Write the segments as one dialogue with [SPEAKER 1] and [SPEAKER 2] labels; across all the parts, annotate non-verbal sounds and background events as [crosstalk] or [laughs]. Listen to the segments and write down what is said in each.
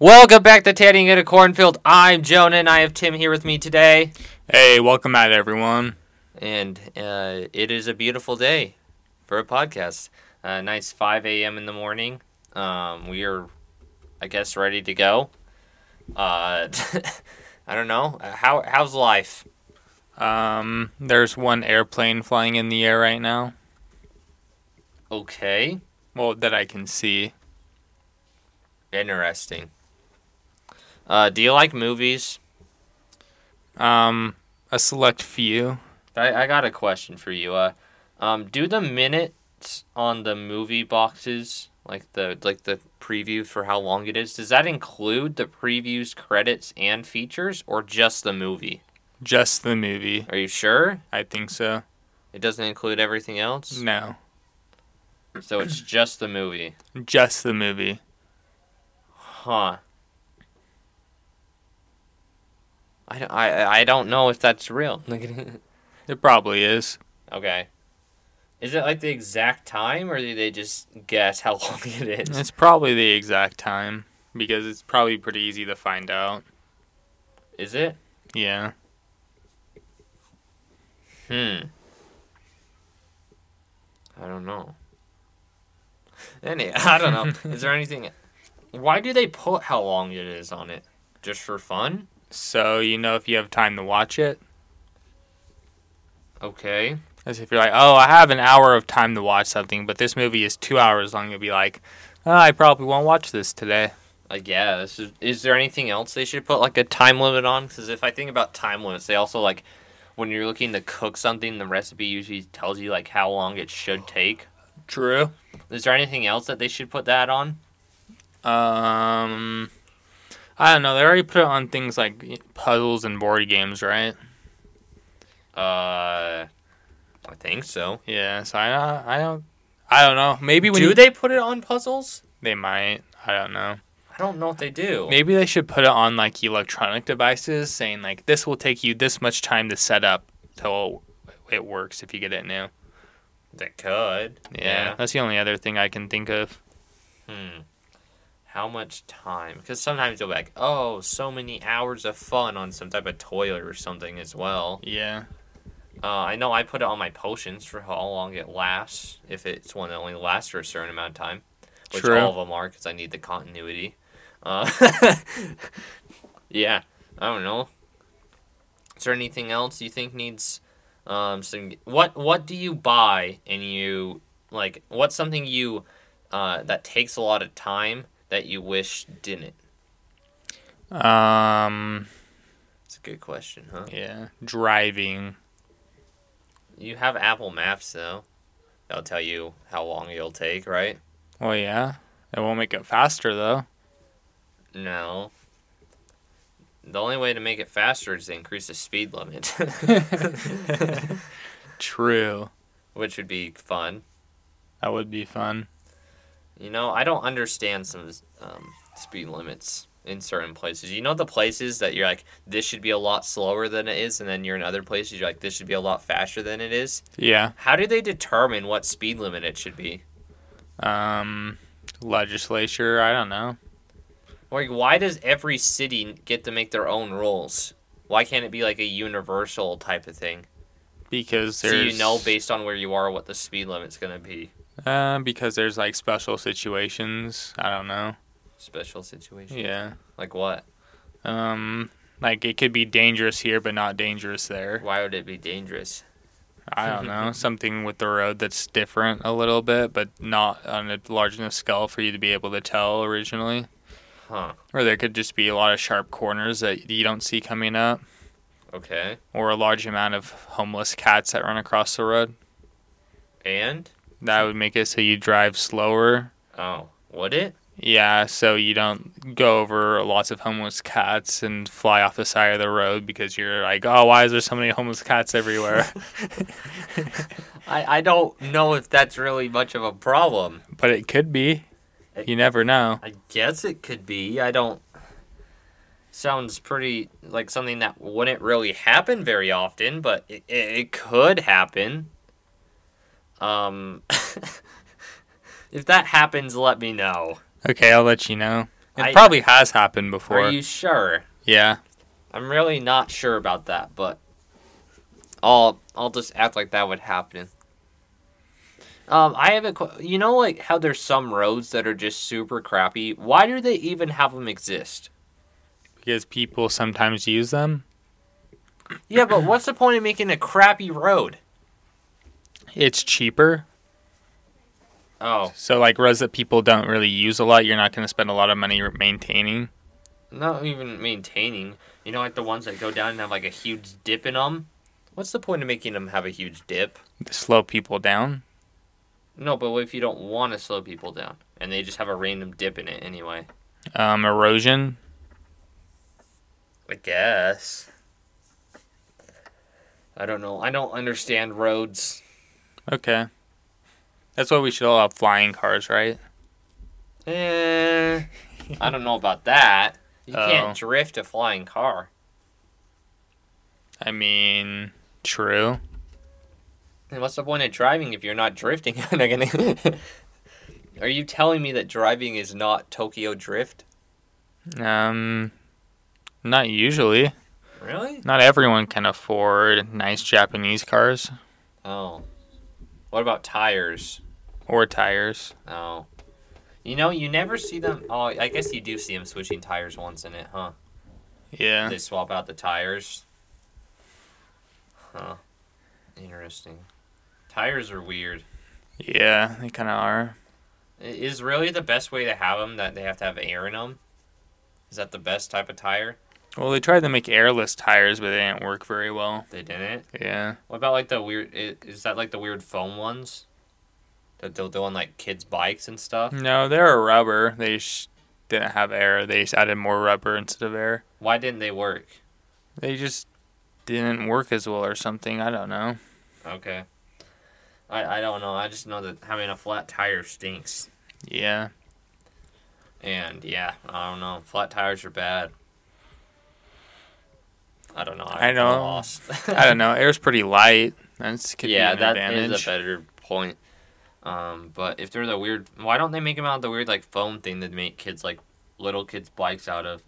[SPEAKER 1] Welcome back to Tanning in a Cornfield. I'm Jonah, and I have Tim here with me today.
[SPEAKER 2] Hey, welcome out everyone.
[SPEAKER 1] And uh, it is a beautiful day for a podcast. Uh, nice 5 a.m. in the morning. Um, we are, I guess, ready to go. Uh, [laughs] I don't know. Uh, How, how's life?
[SPEAKER 2] Um, there's one airplane flying in the air right now.
[SPEAKER 1] Okay.
[SPEAKER 2] Well, that I can see.
[SPEAKER 1] Interesting. Uh, do you like movies?
[SPEAKER 2] Um, a select few.
[SPEAKER 1] I, I got a question for you. Uh, um, do the minutes on the movie boxes, like the like the preview for how long it is, does that include the previews, credits, and features, or just the movie?
[SPEAKER 2] Just the movie.
[SPEAKER 1] Are you sure
[SPEAKER 2] I think so.
[SPEAKER 1] it doesn't include everything else?
[SPEAKER 2] No,
[SPEAKER 1] So it's just the movie,
[SPEAKER 2] just the movie.
[SPEAKER 1] huh? I don't, I, I don't know if that's real. [laughs]
[SPEAKER 2] It probably is.
[SPEAKER 1] okay. Is it like the exact time, or do they just guess how [laughs] long it is?
[SPEAKER 2] It's probably the exact time because it's probably pretty easy to find out.
[SPEAKER 1] Is it?
[SPEAKER 2] Yeah.
[SPEAKER 1] Hmm. I don't know. Any, [laughs] I don't
[SPEAKER 2] [laughs]
[SPEAKER 1] know. is there anything? Why do they put how long it is on it? Just for fun?
[SPEAKER 2] So you know if you have time to watch it.
[SPEAKER 1] Okay.
[SPEAKER 2] As if you're like, oh, I have an hour of time to watch something, but this movie is two hours long. You'll be like, oh, I probably won't watch this today.
[SPEAKER 1] I guess. Is, is there anything else they should put like a time limit on? Because if I think about time limits, they also like when you're looking to cook something, the recipe usually tells you like how long it should take.
[SPEAKER 2] True.
[SPEAKER 1] Is there anything else that they should put that on?
[SPEAKER 2] Um, I don't know. They already put it on things like puzzles and board games, right?
[SPEAKER 1] Uh, I think so.
[SPEAKER 2] Yeah. So I don't. I don't. I don't know. Maybe when
[SPEAKER 1] do
[SPEAKER 2] you-
[SPEAKER 1] they put it on puzzles?
[SPEAKER 2] They might. I don't know.
[SPEAKER 1] I don't know if they do.
[SPEAKER 2] Maybe they should put it on like electronic devices, saying like this will take you this much time to set up till it works if you get it new.
[SPEAKER 1] They could.
[SPEAKER 2] Yeah. That's the only other thing I can think of.
[SPEAKER 1] Hmm. How much time? Because sometimes they'll be like, oh, so many hours of fun on some type of toilet or something as well.
[SPEAKER 2] Yeah.
[SPEAKER 1] Uh, I know I put it on my potions for how long it lasts, if it's one that only lasts for a certain amount of time, which
[SPEAKER 2] True.
[SPEAKER 1] all of them are because I need the continuity. Uh, [laughs] yeah, I don't know. Is there anything else you think needs um, some? What What do you buy and you like? What's something you uh, that takes a lot of time that you wish didn't?
[SPEAKER 2] Um.
[SPEAKER 1] It's a good question, huh?
[SPEAKER 2] Yeah. Driving.
[SPEAKER 1] You have Apple Maps though. That'll tell you how long it'll take, right?
[SPEAKER 2] Well, yeah. It won't make it faster though.
[SPEAKER 1] No. The only way to make it faster is to increase the speed limit, [laughs]
[SPEAKER 2] True.
[SPEAKER 1] which would be fun.
[SPEAKER 2] That would be fun.
[SPEAKER 1] You know, I don't understand some um, speed limits in certain places. You know, the places that you're like, this should be a lot slower than it is, and then you're in other places, you're like, this should be a lot faster than it is.
[SPEAKER 2] Yeah.
[SPEAKER 1] How do they determine what speed limit it should be?
[SPEAKER 2] Um. Legislature. I don't know.
[SPEAKER 1] Like, why does every city get to make their own rules? Why can't it be like a universal type of thing?
[SPEAKER 2] Because
[SPEAKER 1] So
[SPEAKER 2] there's
[SPEAKER 1] you know based on where you are what the speed limit's gonna be.
[SPEAKER 2] Uh, because there's like special situations. I don't know.
[SPEAKER 1] Special situation.
[SPEAKER 2] Yeah.
[SPEAKER 1] Like what?
[SPEAKER 2] Um. Like it could be dangerous here, but not dangerous there.
[SPEAKER 1] Why would it be dangerous?
[SPEAKER 2] I
[SPEAKER 1] [laughs]
[SPEAKER 2] don't know. Something with the road that's different a little bit, but not on a large enough scale for you to be able to tell originally.
[SPEAKER 1] Huh.
[SPEAKER 2] Or there could just be a lot of sharp corners that you don't see coming up,
[SPEAKER 1] Okay.
[SPEAKER 2] or a large amount of homeless cats that run across the road.
[SPEAKER 1] And?
[SPEAKER 2] That would make it so you drive slower.
[SPEAKER 1] Oh, would it?
[SPEAKER 2] Yeah, so you don't go over lots of homeless cats and fly off the side of the road because you're like, oh, why is there so many homeless
[SPEAKER 1] [laughs]
[SPEAKER 2] cats everywhere?
[SPEAKER 1] I, I don't know if that's really much of a problem.
[SPEAKER 2] but it could be. You never know.
[SPEAKER 1] I guess it could be. I don't. Sounds pretty like something that wouldn't really happen very often, but it, it, it could happen. Um. [laughs] if that happens, let me know.
[SPEAKER 2] Okay, I'll let you know. It
[SPEAKER 1] I-
[SPEAKER 2] probably has happened before.
[SPEAKER 1] Are you sure?
[SPEAKER 2] yeah.
[SPEAKER 1] I'm really not sure about that, but I'll I'll just act like that would happen. Um, I have a qu- you know like how there's some roads that are just super crappy. Why do they even have them exist?
[SPEAKER 2] Because people sometimes use them.
[SPEAKER 1] Yeah, but what's the point of making a crappy road?
[SPEAKER 2] It's cheaper.
[SPEAKER 1] Oh
[SPEAKER 2] So like roads that people don't really use a lot, you're not going to spend a lot of money re- maintaining.
[SPEAKER 1] not even maintaining. You know, like the ones that go down and have like a huge dip in them. What's the point of making them have a huge dip?
[SPEAKER 2] To slow people down.
[SPEAKER 1] No, but what if you don't want to slow people down and they just have a random dip in it anyway?
[SPEAKER 2] Um, erosion.
[SPEAKER 1] I guess. I don't know. I don't understand roads.
[SPEAKER 2] Okay. That's why we should all have flying cars, right?
[SPEAKER 1] Eh, I don't know about that. You
[SPEAKER 2] Oh.
[SPEAKER 1] can't drift a flying car.
[SPEAKER 2] I mean, true.
[SPEAKER 1] And what's the point of driving if you're not drifting? [laughs] Am I gonna- [laughs] Are you telling me that driving is not Tokyo Drift?
[SPEAKER 2] Um, not usually.
[SPEAKER 1] Really?
[SPEAKER 2] Not everyone can afford nice Japanese cars
[SPEAKER 1] Oh. What about tires?
[SPEAKER 2] or tires.
[SPEAKER 1] Oh. You know, you never see them. Oh, I guess you do see them switching tires once in it, huh?
[SPEAKER 2] Yeah.
[SPEAKER 1] They swap out the tires. Huh. Interesting. Tires are weird.
[SPEAKER 2] Yeah, they kind of are.
[SPEAKER 1] I- Is really the best way to have them that they have to have air in them? Is that the best type of tire?
[SPEAKER 2] Well, they tried to make airless tires, but they didn't work very well.
[SPEAKER 1] They didn't.
[SPEAKER 2] Yeah.
[SPEAKER 1] What about like the weird? i- Is that like the weird foam ones? That they'll do on like kids' bikes and stuff.
[SPEAKER 2] No, they're a rubber. They sh- didn't have air. They just added more rubber instead of air.
[SPEAKER 1] Why didn't they work?
[SPEAKER 2] They just didn't work as well or something. I don't know.
[SPEAKER 1] Okay. I I don't know. I just know that having a flat tire stinks.
[SPEAKER 2] Yeah.
[SPEAKER 1] And yeah, I don't know. Flat tires are bad. I don't know. I'm
[SPEAKER 2] I know.
[SPEAKER 1] Lost.
[SPEAKER 2] [laughs]
[SPEAKER 1] [laughs]
[SPEAKER 2] I don't know. Air's pretty light. That's could
[SPEAKER 1] yeah,
[SPEAKER 2] be an
[SPEAKER 1] that is
[SPEAKER 2] advantage.
[SPEAKER 1] a better point. Um, but if they're the weird, why don't they make them out of the weird like foam thing that make kids like little kids bikes out of?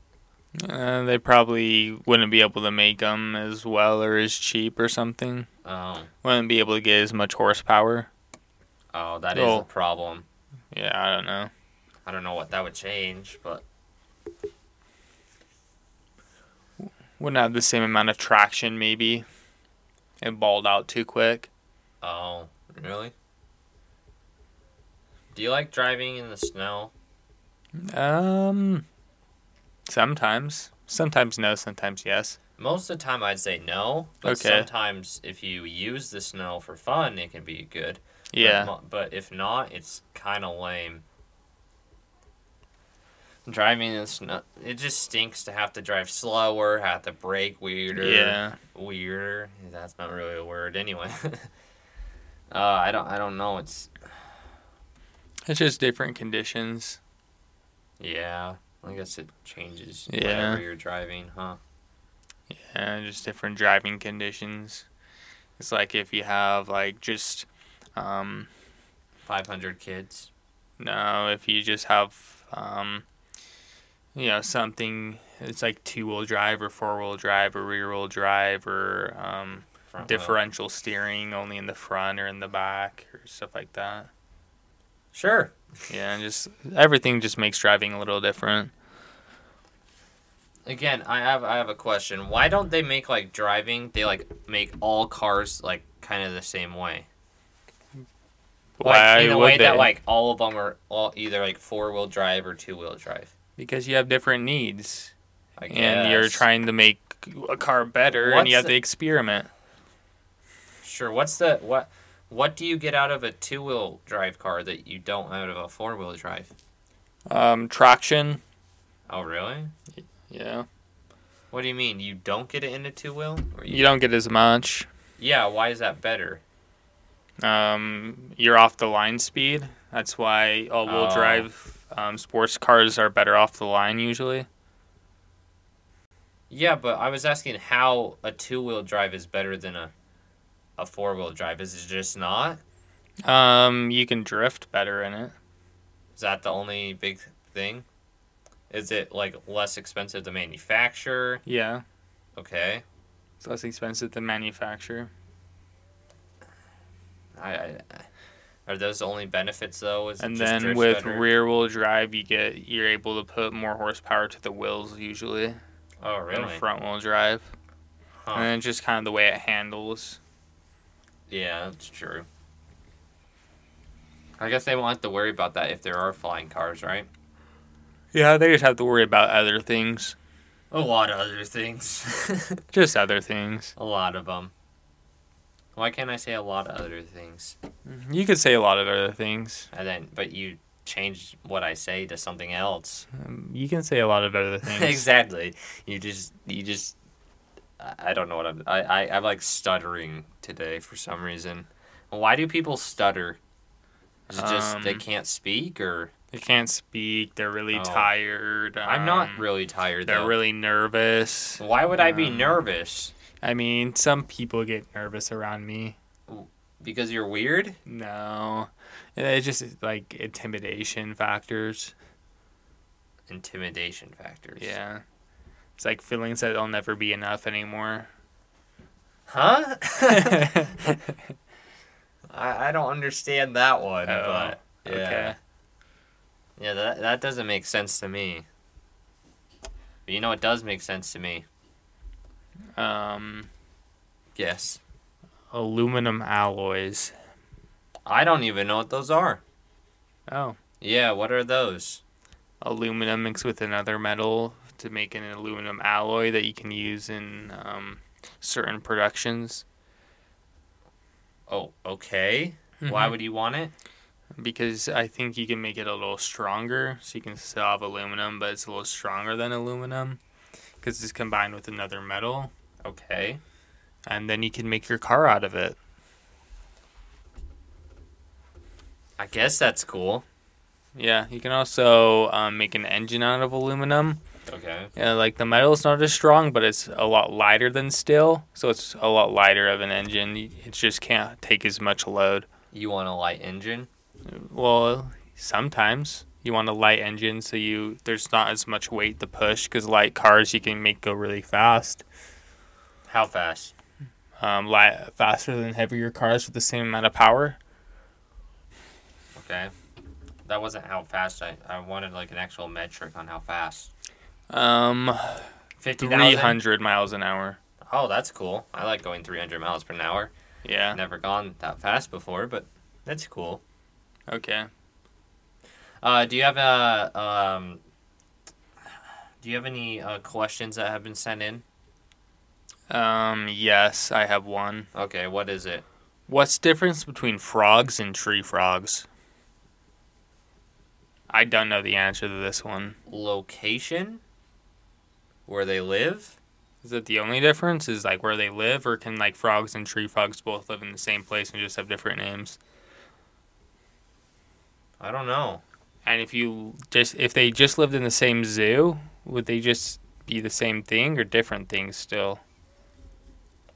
[SPEAKER 2] Uh, they probably wouldn't be able to make them as well or as cheap or something.
[SPEAKER 1] Um,
[SPEAKER 2] Wouldn't be able to get as much horsepower.
[SPEAKER 1] oh, that is
[SPEAKER 2] Oh.
[SPEAKER 1] a problem.
[SPEAKER 2] Yeah, I don't know.
[SPEAKER 1] I don't know what that would change, but
[SPEAKER 2] Wouldn't have the same amount of traction maybe. It balled out too quick.
[SPEAKER 1] oh, really? Do you like driving in the snow?
[SPEAKER 2] Um, sometimes, sometimes no, sometimes yes.
[SPEAKER 1] Most of the time, I'd say no, but
[SPEAKER 2] Okay.
[SPEAKER 1] sometimes if you use the snow for fun, it can be good. But
[SPEAKER 2] Yeah,
[SPEAKER 1] mo- But, if not, it's kind of lame. Driving is not. It just stinks to have to drive slower, have to brake weirder.
[SPEAKER 2] yeah.
[SPEAKER 1] Weirder. That's not really a word anyway. [laughs] uh, I don't. I don't know. It's
[SPEAKER 2] It's just different conditions.
[SPEAKER 1] yeah. I guess it changes
[SPEAKER 2] Yeah.
[SPEAKER 1] whenever you're driving, huh?
[SPEAKER 2] Yeah, just different driving conditions. It's like if you have like just, um,
[SPEAKER 1] Five hundred kids.
[SPEAKER 2] no, if you just have, um, you know, something. It's like two wheel drive or four wheel drive or rear wheel drive or um,
[SPEAKER 1] Front wheel.
[SPEAKER 2] differential steering only in the front or in the back or stuff like that.
[SPEAKER 1] Sure.
[SPEAKER 2] Yeah, and just everything just makes driving a little different.
[SPEAKER 1] Again, I have I have a question. Why don't they make like driving? They like make all cars like kind of the same way. Like, in a way that like all of them are all either like four wheel drive or two wheel drive.
[SPEAKER 2] because you have different needs
[SPEAKER 1] I
[SPEAKER 2] and you're
[SPEAKER 1] guess.
[SPEAKER 2] trying to make a car better and
[SPEAKER 1] What's
[SPEAKER 2] you have
[SPEAKER 1] the-
[SPEAKER 2] to experiment.
[SPEAKER 1] Sure. What's the what? What do you get out of a two wheel drive car that you don't out of a four wheel drive?
[SPEAKER 2] Um, traction.
[SPEAKER 1] Oh really?
[SPEAKER 2] Yeah.
[SPEAKER 1] What do you mean? You don't get it in a two wheel?
[SPEAKER 2] You don't get as much.
[SPEAKER 1] Yeah. Why is that better?
[SPEAKER 2] Um, you're off the line speed. That's why all-wheel
[SPEAKER 1] Oh.
[SPEAKER 2] drive um, sports cars are better off the line usually.
[SPEAKER 1] Yeah, but I was asking how a two wheel drive is better than a a four wheel drive. Is it just not?
[SPEAKER 2] Um, you can drift better in it.
[SPEAKER 1] Is that the only big thing? Is it like less expensive to manufacture?
[SPEAKER 2] Yeah,
[SPEAKER 1] Okay.
[SPEAKER 2] it's less expensive than manufacture.
[SPEAKER 1] I, I are those the only benefits though? Is it
[SPEAKER 2] and
[SPEAKER 1] just
[SPEAKER 2] then
[SPEAKER 1] drifts
[SPEAKER 2] with
[SPEAKER 1] better?
[SPEAKER 2] rear-wheel drive, you get you're able to put more horsepower to the wheels usually
[SPEAKER 1] oh
[SPEAKER 2] than a
[SPEAKER 1] really?
[SPEAKER 2] front-wheel drive,
[SPEAKER 1] Huh.
[SPEAKER 2] and then just kind of the way it handles.
[SPEAKER 1] Yeah, that's true. I guess they won't have to worry about that if there are flying cars, right?
[SPEAKER 2] Yeah, they just have to worry about other things,
[SPEAKER 1] A lot of other things. [laughs]
[SPEAKER 2] just other things.
[SPEAKER 1] a lot of them. Why can't I say a lot of other things?
[SPEAKER 2] You could say a lot of other things.
[SPEAKER 1] And then, but you changed what I say to something else.
[SPEAKER 2] Um, You can say a lot of
[SPEAKER 1] [laughs]
[SPEAKER 2] other things.
[SPEAKER 1] exactly. You just, you just. I I don't know what I'm. I, I I'm like stuttering today for some reason. Why do people stutter? Is it just they
[SPEAKER 2] Um,
[SPEAKER 1] can't speak, or
[SPEAKER 2] They can't speak. They're really
[SPEAKER 1] Oh.
[SPEAKER 2] tired.
[SPEAKER 1] I'm not
[SPEAKER 2] um,
[SPEAKER 1] really tired.
[SPEAKER 2] They're
[SPEAKER 1] though.
[SPEAKER 2] really nervous.
[SPEAKER 1] Why would I be
[SPEAKER 2] Um,
[SPEAKER 1] nervous?
[SPEAKER 2] I mean, some people get nervous around me.
[SPEAKER 1] Because you're weird?
[SPEAKER 2] No, it's just like intimidation factors.
[SPEAKER 1] Intimidation factors.
[SPEAKER 2] Yeah, it's like feelings that they'll never be enough anymore.
[SPEAKER 1] Huh?
[SPEAKER 2] okay.
[SPEAKER 1] [laughs] I, I don't understand that one.
[SPEAKER 2] Oh,
[SPEAKER 1] but yeah. Yeah, that, that doesn't make sense to me. But you know what does make sense to me?
[SPEAKER 2] Um,
[SPEAKER 1] Yes.
[SPEAKER 2] aluminum alloys.
[SPEAKER 1] I don't even know what those are.
[SPEAKER 2] Oh,
[SPEAKER 1] Yeah, what are those?
[SPEAKER 2] aluminum mixed with another metal to make an aluminum alloy that you can use in um, certain productions.
[SPEAKER 1] Oh, okay. Why would you want it?
[SPEAKER 2] because I think you can make it a little stronger. So you can still have aluminum, but it's a little stronger than aluminum because it's combined with another metal.
[SPEAKER 1] Okay.
[SPEAKER 2] And then you can make your car out of it.
[SPEAKER 1] I guess that's cool.
[SPEAKER 2] Yeah, you can also um, make an engine out of aluminum.
[SPEAKER 1] Okay.
[SPEAKER 2] Yeah, like the metal is not as strong, but it's a lot lighter than steel, so it's a lot lighter of an engine. It just can't take as much load.
[SPEAKER 1] You want a light engine?
[SPEAKER 2] Well, sometimes you want a light engine, so you there's not as much weight to push because light cars you can make go really fast.
[SPEAKER 1] How fast?
[SPEAKER 2] um, li faster than heavier cars with the same amount of power.
[SPEAKER 1] Okay. That wasn't how fast I, I wanted like an actual metric on how fast.
[SPEAKER 2] Um,
[SPEAKER 1] 50,000.
[SPEAKER 2] 300 miles an hour.
[SPEAKER 1] Oh, that's cool. I like going 300 miles per hour.
[SPEAKER 2] Yeah.
[SPEAKER 1] Never gone that fast before, but that's cool.
[SPEAKER 2] Okay.
[SPEAKER 1] Uh, do you have a um do you have any uh, questions that have been sent in?
[SPEAKER 2] Um, yes, I have one.
[SPEAKER 1] Okay, what is it?
[SPEAKER 2] What's difference between frogs and tree frogs? I don't know the answer to this one.
[SPEAKER 1] Location? Where they live?
[SPEAKER 2] Is it the only difference? Is like where they live, or can like frogs and tree frogs both live in the same place and just have different names?
[SPEAKER 1] I don't know.
[SPEAKER 2] And if you just if they just lived in the same zoo, would they just be the same thing or different things still?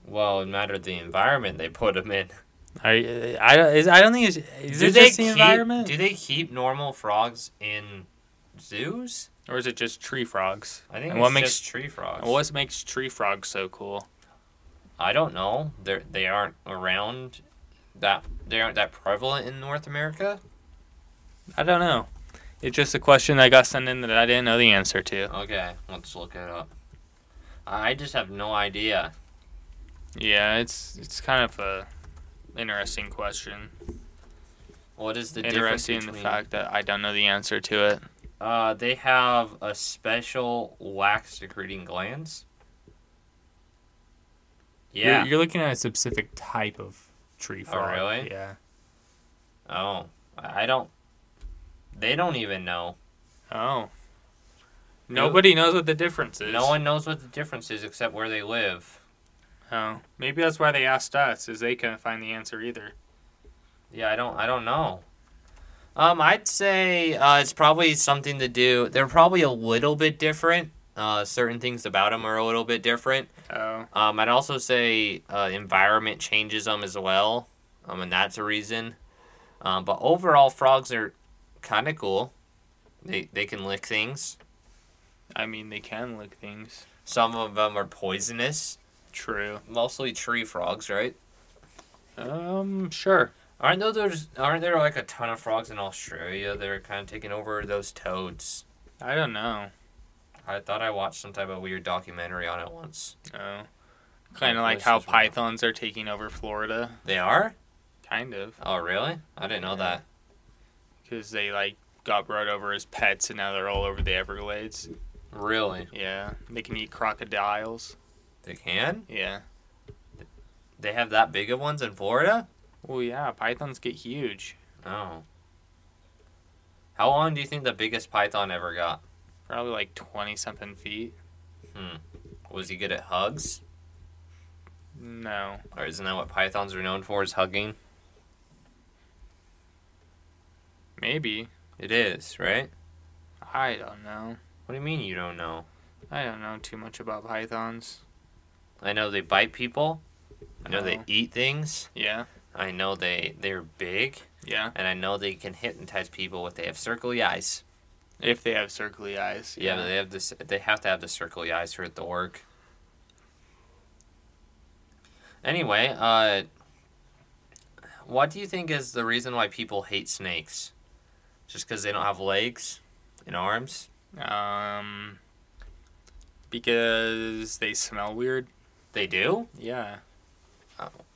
[SPEAKER 1] Well, it mattered the environment they put them in.
[SPEAKER 2] Are, you- I don't. Is, I don't think it's. Is it just the
[SPEAKER 1] keep,
[SPEAKER 2] environment,
[SPEAKER 1] Do they keep normal frogs in zoos?
[SPEAKER 2] or is it just tree frogs?
[SPEAKER 1] I think
[SPEAKER 2] And
[SPEAKER 1] it's
[SPEAKER 2] what makes
[SPEAKER 1] just tree frogs.
[SPEAKER 2] and what makes tree frogs so cool?
[SPEAKER 1] I don't know. They they aren't around that they aren't that prevalent in North America.
[SPEAKER 2] I don't know. It's just a question that got sent in that I didn't know the answer to.
[SPEAKER 1] Okay, let's look it up. I just have no idea.
[SPEAKER 2] Yeah, it's it's kind of a interesting question.
[SPEAKER 1] What is the difference
[SPEAKER 2] interesting in
[SPEAKER 1] between?
[SPEAKER 2] the fact that I don't know the answer to it.
[SPEAKER 1] Uh, they have a special wax secreting glands. Yeah.
[SPEAKER 2] you're, you're looking at a specific type of tree frog.
[SPEAKER 1] really?
[SPEAKER 2] Yeah.
[SPEAKER 1] Oh, I I don't. They don't even know.
[SPEAKER 2] Oh. Nobody knows what the difference is.
[SPEAKER 1] No one knows what the difference is except where they live.
[SPEAKER 2] Oh, maybe that's why they asked us, is they couldn't find the answer either.
[SPEAKER 1] Yeah, I don't. I don't know. Um, I'd say uh, it's probably something to do. They're probably a little bit different. Uh, certain things about them are a little bit different.
[SPEAKER 2] Oh.
[SPEAKER 1] Um, I'd also say uh, environment changes them as well, um, and that's a reason. Um, but overall, frogs are kind of cool. They they can lick things.
[SPEAKER 2] I mean, they can lick things.
[SPEAKER 1] Some of them are poisonous.
[SPEAKER 2] True.
[SPEAKER 1] Mostly tree frogs, right?
[SPEAKER 2] Um, sure.
[SPEAKER 1] Aren't know there's aren't there like a ton of frogs in Australia that are kind of taking over those toads?
[SPEAKER 2] I don't know.
[SPEAKER 1] I thought I watched some type of weird documentary on it once.
[SPEAKER 2] Oh.
[SPEAKER 1] Like
[SPEAKER 2] Kind of like how
[SPEAKER 1] voices were-
[SPEAKER 2] pythons are taking over Florida.
[SPEAKER 1] They are?
[SPEAKER 2] Kind of.
[SPEAKER 1] Oh, really? I didn't know that.
[SPEAKER 2] Because they, like, got brought over as pets and now they're all over the Everglades.
[SPEAKER 1] Really?
[SPEAKER 2] Yeah. They can eat crocodiles.
[SPEAKER 1] They can?
[SPEAKER 2] Yeah.
[SPEAKER 1] They have that big of ones in Florida?
[SPEAKER 2] Well, yeah, pythons get huge.
[SPEAKER 1] Oh. How long do you think the biggest python ever got?
[SPEAKER 2] Probably like 20 something feet.
[SPEAKER 1] Was he good at hugs?
[SPEAKER 2] No.
[SPEAKER 1] Or isn't that what pythons are known for is hugging?
[SPEAKER 2] Maybe.
[SPEAKER 1] It is, right?
[SPEAKER 2] I don't know.
[SPEAKER 1] What do you mean you don't know?
[SPEAKER 2] I don't know too much about pythons.
[SPEAKER 1] I know they bite people. I know they
[SPEAKER 2] No.
[SPEAKER 1] eat things.
[SPEAKER 2] Yeah.
[SPEAKER 1] I know they they're big,
[SPEAKER 2] Yeah.
[SPEAKER 1] and I know they can hypnotize people if they have circly eyes.
[SPEAKER 2] If they have circly eyes.
[SPEAKER 1] Yeah, but they have this. They have to have the circly eyes for it to work. Anyway, uh, what do you think is the reason why people hate snakes? Just because they don't have legs and arms?
[SPEAKER 2] Um, because they smell weird.
[SPEAKER 1] They do.
[SPEAKER 2] Yeah.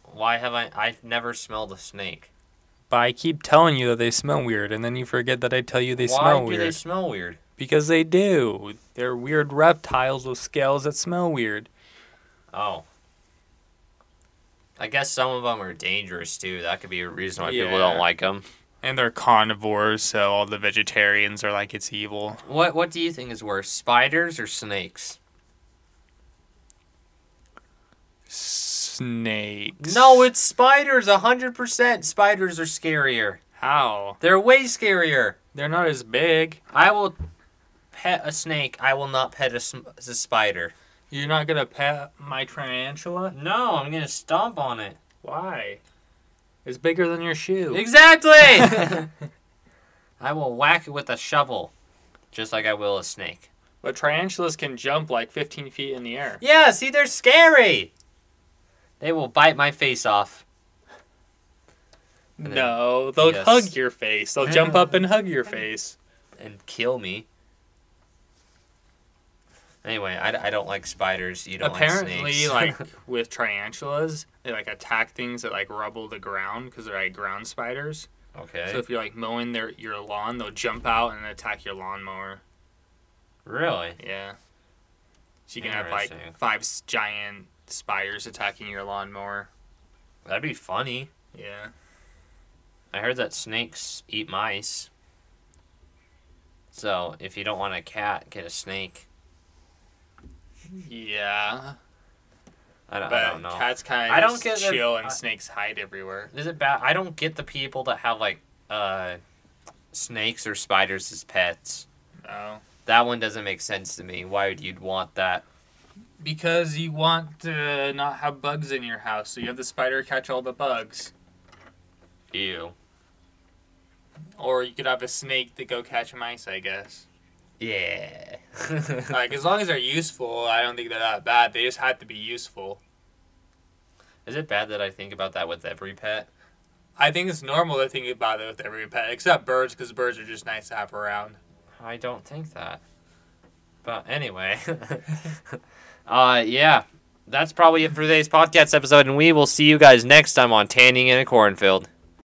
[SPEAKER 1] Why have I? I've never smelled a snake.
[SPEAKER 2] But I keep telling you that they smell weird, and then you forget that I tell you they
[SPEAKER 1] why
[SPEAKER 2] smell
[SPEAKER 1] do
[SPEAKER 2] weird.
[SPEAKER 1] they smell weird?
[SPEAKER 2] Because they do. They're weird reptiles with scales that smell weird.
[SPEAKER 1] Oh. I guess some of them are dangerous too. That could be a reason why people
[SPEAKER 2] Yeah.
[SPEAKER 1] don't like them.
[SPEAKER 2] And they're carnivores, so all the vegetarians are like, it's evil.
[SPEAKER 1] What What do you think is worse, spiders or snakes?
[SPEAKER 2] Snakes.
[SPEAKER 1] No, it's spiders. hundred percent. Spiders are scarier.
[SPEAKER 2] How?
[SPEAKER 1] They're way scarier.
[SPEAKER 2] They're not as big.
[SPEAKER 1] I will pet a snake. I will not pet a, sm- a spider.
[SPEAKER 2] You're not gonna pet my tarantula?
[SPEAKER 1] No, I'm gonna stomp on it.
[SPEAKER 2] Why? It's bigger than your shoe.
[SPEAKER 1] [laughs] Exactly. [laughs] I will whack it with a shovel, just like I will a snake.
[SPEAKER 2] But tarantulas can jump like 15 feet in the air.
[SPEAKER 1] Yeah, see, they're scary. They will bite my face off. then-
[SPEAKER 2] No, they'll
[SPEAKER 1] Yes.
[SPEAKER 2] hug your face. They'll jump up and hug your face.
[SPEAKER 1] and kill me. Anyway, I, I don't like spiders. You don't like
[SPEAKER 2] Apparently,
[SPEAKER 1] snakes.
[SPEAKER 2] like, with tarantulas, they like attack things that like rubble the ground because they're like ground spiders.
[SPEAKER 1] [laughs] okay,
[SPEAKER 2] So if you're like mowing their your lawn, they'll jump out and attack your lawnmower.
[SPEAKER 1] really?
[SPEAKER 2] Yeah. So you can have like
[SPEAKER 1] Interesting.
[SPEAKER 2] five s- giant spiders attacking your lawnmower.
[SPEAKER 1] That'd be funny.
[SPEAKER 2] Yeah.
[SPEAKER 1] I heard that snakes eat mice. So if you don't want a cat, get a snake.
[SPEAKER 2] Yeah.
[SPEAKER 1] I don't,
[SPEAKER 2] But
[SPEAKER 1] I don't know.
[SPEAKER 2] cats kind of
[SPEAKER 1] I
[SPEAKER 2] I
[SPEAKER 1] don't
[SPEAKER 2] don't
[SPEAKER 1] get the-
[SPEAKER 2] chill and
[SPEAKER 1] I-
[SPEAKER 2] snakes hide everywhere.
[SPEAKER 1] Is it bad? I don't get the people that have like uh, snakes or spiders as pets.
[SPEAKER 2] Oh.
[SPEAKER 1] That one doesn't make sense to me. Why would you want that?
[SPEAKER 2] Because you want to not have bugs in your house, so you have the spider catch all the bugs.
[SPEAKER 1] Ew.
[SPEAKER 2] Or you could have a snake to go catch mice, I guess.
[SPEAKER 1] Yeah. [laughs]
[SPEAKER 2] Like, as long as they're useful, I don't think they're that bad. They just have to be useful.
[SPEAKER 1] Is it bad that I think about that with every pet?
[SPEAKER 2] I think it's normal to think about it with every pet, except birds, because birds are just nice to have around.
[SPEAKER 1] I don't think that. But anyway, [laughs] uh, yeah, that's probably it for today's podcast episode, and we will see you guys next time on Tanning in a Cornfield.